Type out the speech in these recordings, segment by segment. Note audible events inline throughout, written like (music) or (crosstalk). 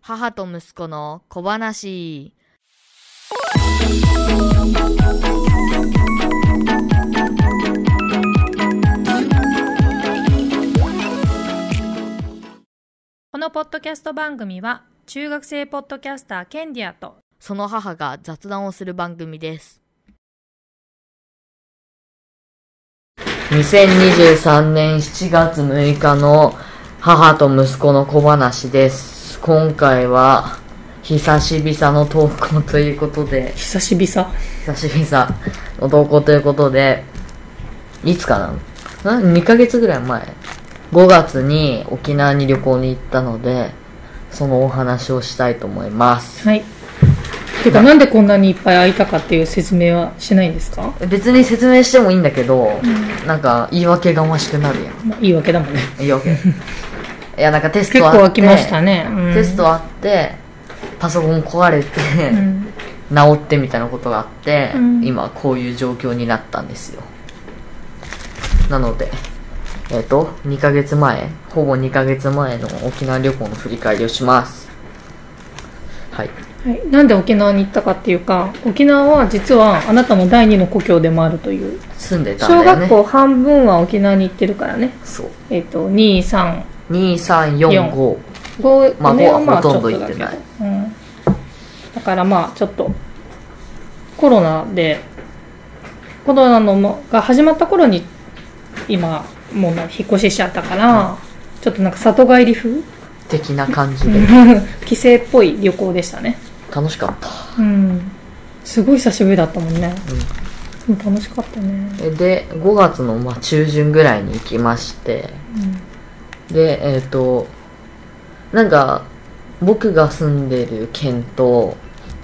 母と息子の小話。このポッドキャスト番組は中学生ポッドキャスターケンディアとその母が雑談をする番組です。2023年7月6日の母と息子の小話です。今回は久しぶりの投稿ということで、久しぶりさ久しぶりさの投稿ということで、いつかなな ?2 ヶ月ぐらい前。5月に沖縄に旅行に行ったので、そのお話をしたいと思います。はいてかなんでこんなにいっぱい会いたかっていう説明はしないんですか、別に説明してもいいんだけど、なんか言い訳がましくなるやん。まあ、いいわけだもんね言い訳。いや、なんかテス (laughs) 結トあ構っ飽て、きましたね、うんテストあって、パソコン壊れて、うん治ってみたいなことがあって、うん今こういう状況になったんですよなのでえっ、と2ヶ月前ほぼ2ヶ月前の沖縄旅行の振り返りをしますはいはい、なんで沖縄に行ったかっていうか沖縄は実はあなたの第二の故郷でもあるという住んでたん小だよね学校半分は沖縄に行ってるからねそうえっ、と23 2345 5まあ年まはあまあちほとんょどっと行っだてけどないうん、だからまあちょっとコロナでコロナのもが始まった頃に今もう引っ越ししちゃったから、ちょっとなんか里帰り風 (laughs) 的な感じで、帰省っぽい旅行でしたね楽しかったうんすごい久しぶりだったもんね、でも楽しかったね、えで5月のまあ中旬ぐらいに行きましてでえっ、となんか僕が住んでる県と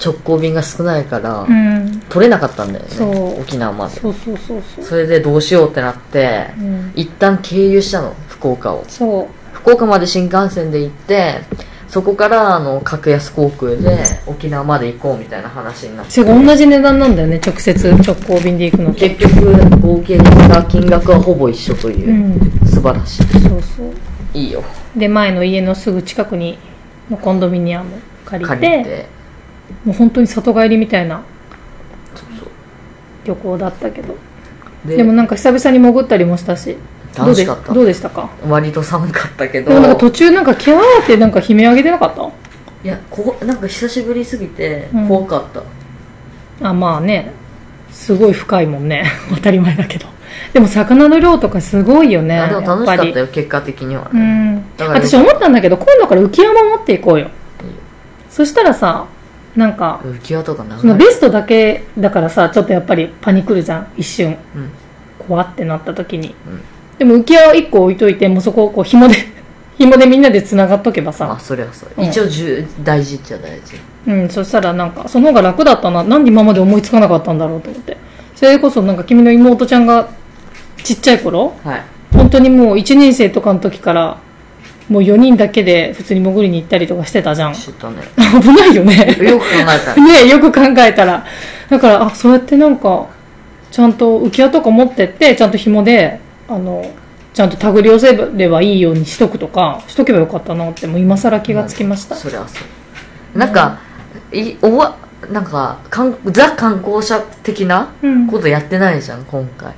直行便が少ないから、うん、うん、取れなかったんだよそねう沖縄までそうそうそうそう、それでどうしようってなってうん、一旦経由したの福岡をそう福岡まで新幹線で行ってそこからあの格安航空で沖縄まで行こうみたいな話になってそれが同じ値段なんだよね直接直行便で行くのと結局合計にした金額はほぼ一緒というう、ん素晴らしそうそういいいよで前の家のすぐ近くにのコンドミニアム借りて借りてもう本当に里帰りみたいなそうそう旅行だったけどででもなんか久々に潜ったりもしたし楽しかったどうでどうでしたか割と寒かったけどでもなんか途中なんかキャーってなんか悲鳴上げてなかっいやこなんか久しぶりすぎてうん怖かった、たあまあねすごい深いもんね (laughs) 当たり前だけどでも魚の量とかすごいよねあでも楽しかっやぱたりよ結果的にはうね、んだから私思ったんだけど今度から浮き輪も持っていこうよそしたらさなんか浮き輪とかそ長のい、ベストだけだからさちょっとやっぱりパニクるじゃん一瞬うん、怖ってなった時に、うんでも浮き輪を1個置いといてもうそこをこう紐で (laughs) 紐でみんなでつながっとけばまさあ、それはそううん一応重大事っちゃ大事うん、そしたらなんかその方が楽だったななんで今まで思いつかなかったんだろうと思ってそれこそなんか君の妹ちゃんがちっちゃい頃はい本当にもう1年生とかの時からもう4人だけで普通に潜りに行ったりとかしてたじゃんちょっとね危ないよねよく考えた (laughs) らねよく考えたらだからあそうやってなんかちゃんと浮き輪とか持ってってちゃんと紐であのちゃんと手繰り寄せればいいようにしとくとかしとけばよかったなってもう今更気がつきました、それはそうなんか、いおわなんかかんザ観光者的なうん、ことやってないじゃん今回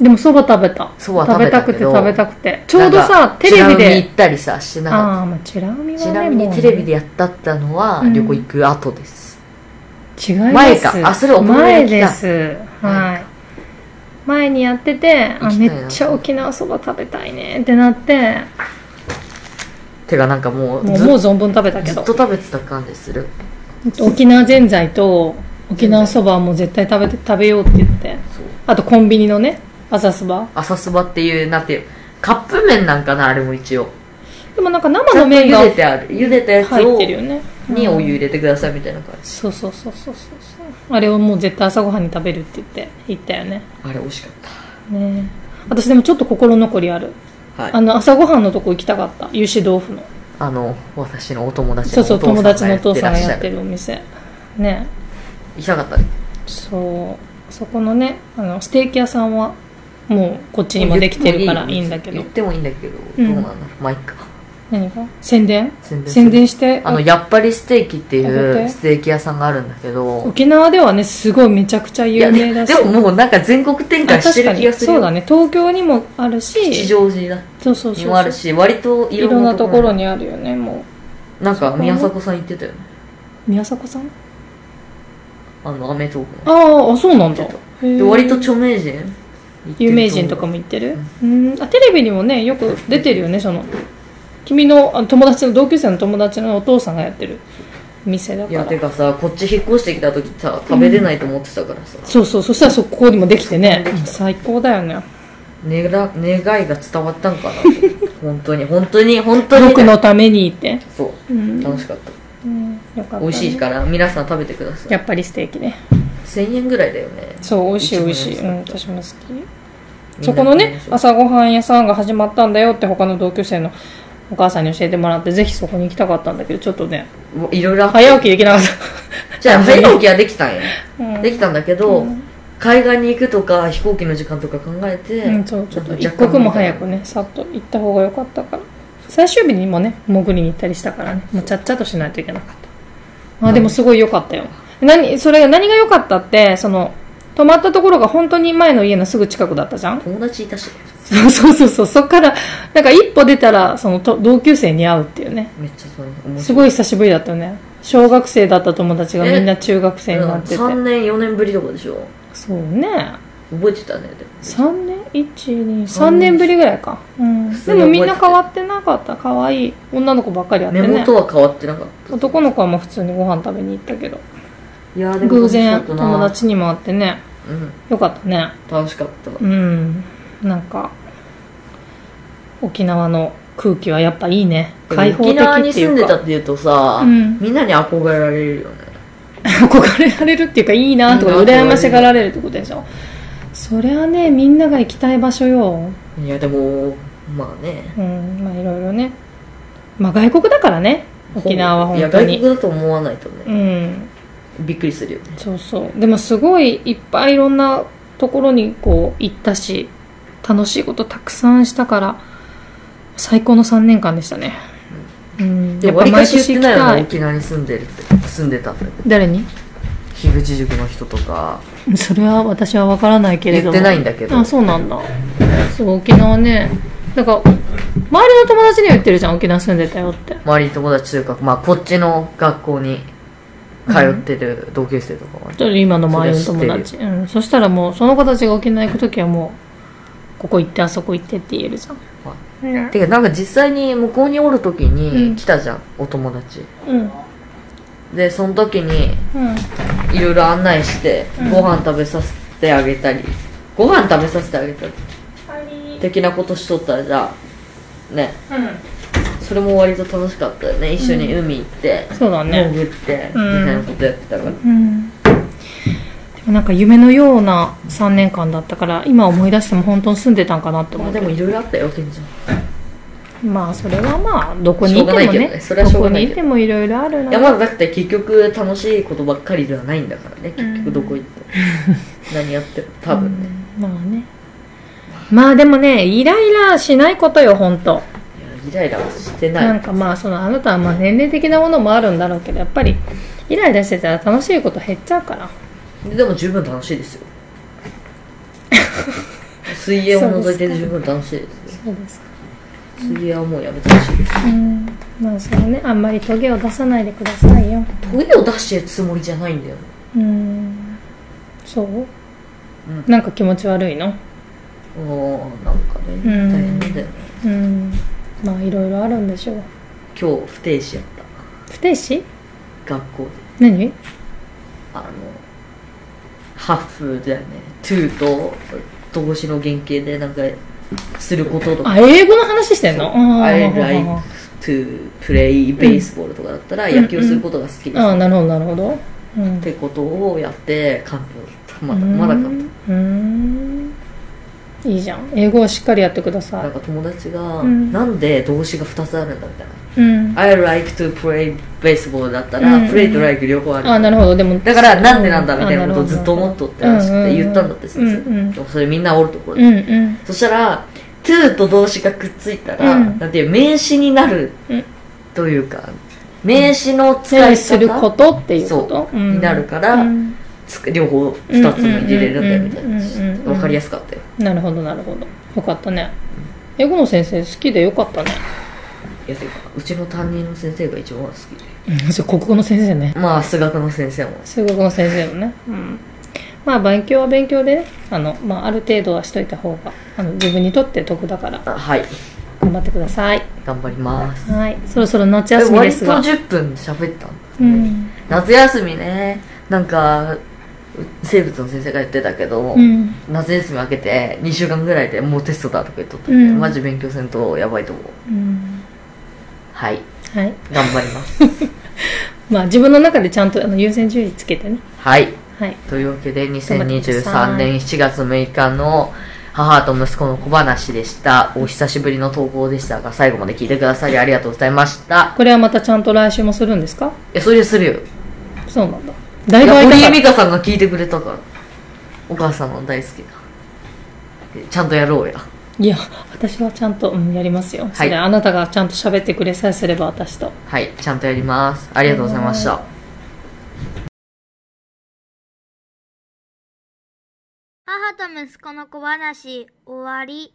でもそば食べたそば食べたけど食べたくて食べたくてちょうどなさんかテレビ美ら海で行ったりさしてなかっああまあチラ見たはねちなみにもうテねレビでやったったのはうん旅行行く後です、違います前かあそれお好み前焼きだですはい前にやっててあ行きためいなっちゃ沖縄そば食べたいねってなっててかなんかもうもうずもう存分食べたけずどっと食べてた感じする沖縄ぜんざいと沖縄そばはもう絶対食べて食べようって言ってそうあとコンビニのね朝そば朝そばっていうなんていうカップ麺なんかなあれも一応でもなんかち生ゃのんと麺茹がでてある茹でたやつ入っをてるよねにお湯入れてくださいみたいな感じそうそうそうそうそうそうあれをもう絶対朝ごはんに食べるって言って言ったよねあれ美味しかっねえ私でもちょっと心残りあるたはいあの朝ごはんのとこ行きたかった油脂豆腐のあの私のお友達そのうそおう友父達さんのがおやっ父てさんらっがしゃやってるるお店ね行きたかったねそうそこのねあのステーキ屋さんはもうこっちにもできてるからいいんだけど言ってもいいんだけどどううんなんだろうまあいっか何が宣伝宣伝する宣伝してあの、やっぱりステーキっていあ本う当ステーキ屋さんがあるんだけど、沖縄ではねすごいめちゃくちゃい有や名でだしでももうなんか全国展開してるあ確気かがにするそうだよ。ね東京にもある吉し祥寺だそうそうにそうもあるし、割といいろろんんななととこころろに。にあるよねもなんか宮迫さん言ってたよね。う宮迫さんあの、アメトークの。あーあそうなんだでで割と著名人有名人とかもも行ってるうんあテレビにもねよく出てるよねその君のあの友達の同級生の友達のお父さんがやってる店だいかやてらかさこっち引っ越してきた時さ食べれないと思ってたからさ、そうそうそしたらそこここにもできてね最高だよねねら願いが伝わったんかなと思 (laughs) って本当に本当に本当に僕のためにってそううん楽しかった、うんよかったね美味しいから皆さん食べてくださいやっぱりステーキね1000円ぐらいだよねそう美味しい美味しい一う番安んかった私も好きそこのね朝ごはん屋さんが始まったんだよって他の同級生のお母さんに教えてもらってぜひそこに行きたかったんだけどちょっとねうわいろいろあって早起きできなかっじゃあ早起きはできたんやた、うんできたんだけど、うん海岸に行くとか飛行機の時間とか考えて、うん、そうちょっとなんか一若干刻も早くねさっと行った方が良かったから最終日にもね潜りに行ったりしたからねもうちゃっちゃとしないといけなかったあでもすごい良かったよ何それが何が良かったってその泊まったところが本当に前の家のすぐ近くだったじゃん友達いたし (laughs) そうそうそうそうそっからなんか一歩出たらそのと同級生に会うっていうねめっちゃそう面す白いごい久しぶりだったよね小学生だった友達がみんな中学生になってて3年4年ぶりとかでしょそうね覚えてたねでも3年123年ぶりぐらいか、うん、普通でに覚えててもみんな変わってなかった可愛い女の子ばっかりやって目ね元は変わってなかった男の子はもう普通にご飯食べに行ったけどいやーでも偶然楽しかったな友達にも会ってねうんよかったね楽しかったうんなんか沖縄の空気はやっぱいいね開でも放的沖縄にってい住んうでたかっていうとさ、うんみんなに憧れられるよね憧れられるっていうかいいなとかうん羨ましがられるってことでしょそりゃねみんなが行きたい場所よいやでもまあねうんまあいろいろねまあ外国だからね沖縄はほぼいや本外当に国だと思わないとうね、んびっくりするよねそうそうでもすごいいっぱいいろんなところにこう行ったし楽しいことたくさんしたから最高の3年間でしたねうんでやっもわぱりか毎し言ってない年行きよたねい沖縄に住んでるって住んでたんだけど誰に樋口塾の人とかそれは私は分からないけれ言どもってないんだけどあそうなんだそう沖縄ねなんか周りの友達には言ってるじゃん沖縄住んでたよって周りに友達というか、まあ、こっちの学校に通ってる同級生とかはね、ちょっと今の周りの友達うん、そしたらもうその子たちが沖縄行く時はもうここ行ってあそこ行ってって言えるじゃん、はねてかなんか実際に向こうにおる時うにん来たじゃん、お友達うんうんでその時にいろいろ案内して、うんご飯食べさせてあげたりご飯食べさせてあげたり的なことしとったらじゃあねそれも割と楽しかったよね一緒に海行って、そうだね潜ってみうんたいなことやってたから、うんでもなんか夢のような3年間だったから今思い出しても本当に住んでたんかなってま思あっでてもいろいろあったよケンちゃんまあそれはまあどこにいてしょうがないもけどねねそれはしょどうこがないにけいどてもいろいろあるいなやまだだって結局楽しいことばっかりではないんだからね結局どこ行っても、何やっても多分ね、うんまあねまあでもねイライラしないことよ本当いやイライラはしてないなんかまあそのあなたはまあ年齢的なものもあるんだろうけどやっぱりイライラしてたら楽しいこと減っちゃうからででも十分楽しいです (laughs) よ水泳を除いて十分楽しいですよそうです水泳はもうやめてほしいですうんまあそのねあんまりトゲを出さないでくださいよトゲを出してるつもりじゃないんだようんそう、んなんか気持ち悪いのおーなんかねうん大変だよねうんまあいろいろあるんでしょう今日不定時やっ不定詞た学校で何あのハーフだよねトゥーと動詞の原型でなんかすることとかあ英語の話してんのあ I ー like to play baseball とかだったら野球することが好きです、あーなるほどなるほど、うんっ、てことをやって完票まだまだ完うんうんいいじゃん英語をしっかりやってくだ票さなんいか友達が、うんなんで動詞が2つあるんだみたいなうん I like to play baseball だったら、うん play と like 両方あるあなるほどでもだからなんでなんだみたいなことをずっと思っとってらしくうんうんてうん言ったんだって先生、うんうんでもそれみんなおるところうで、んうんそしたら to と動詞がくっついたら、うんなんていう名詞になるうんというか、名詞の使い対方することっていうそこうと、になるから、うんつく両方2つも入れれるんだよみたいうんうんうんうんうんうんな分かりやすかったよなるほどなるほどよかったね英語の先生好きでよかったねいやてかうちの担任の先生が一番好きでうんそれ国語の先生ねまあ数学の先生も数学の先生もねうんまあ勉強は勉強でねあの、まあ、ある程度はしといた方があの自分にとって得だからあはい頑張ってください頑張りますはいそろそろ夏え休みで割とすが10分喋ったんだうん夏休みねなんかう生物の先生が言ってたけど、うん夏休み明けて2週間ぐらいでもうテストだとか言っとった、うんマジ勉強せんとやばいと思ううんはいはい頑張ります (laughs) まあ自分の中でちゃんとあの優先順位つけてねはいはいというわけで張ってくださ2023い年7月6日の母と息子の小話でしたお久しぶりの投稿でしたが最後まで聞いてくださりありがとうございましたこれはまたちゃんと来週もするんですかえそれするよそうなんだだいいぶや空い堀江たか美香さんが聞いてくれたからお母さんの大好きなえちゃんとやろうやいや私はちゃんと、うん、やりますよ、それあなたがちゃんと喋ってくれさえすれば私とはいちゃんとやりますありがとうございました母と息子の小話終わり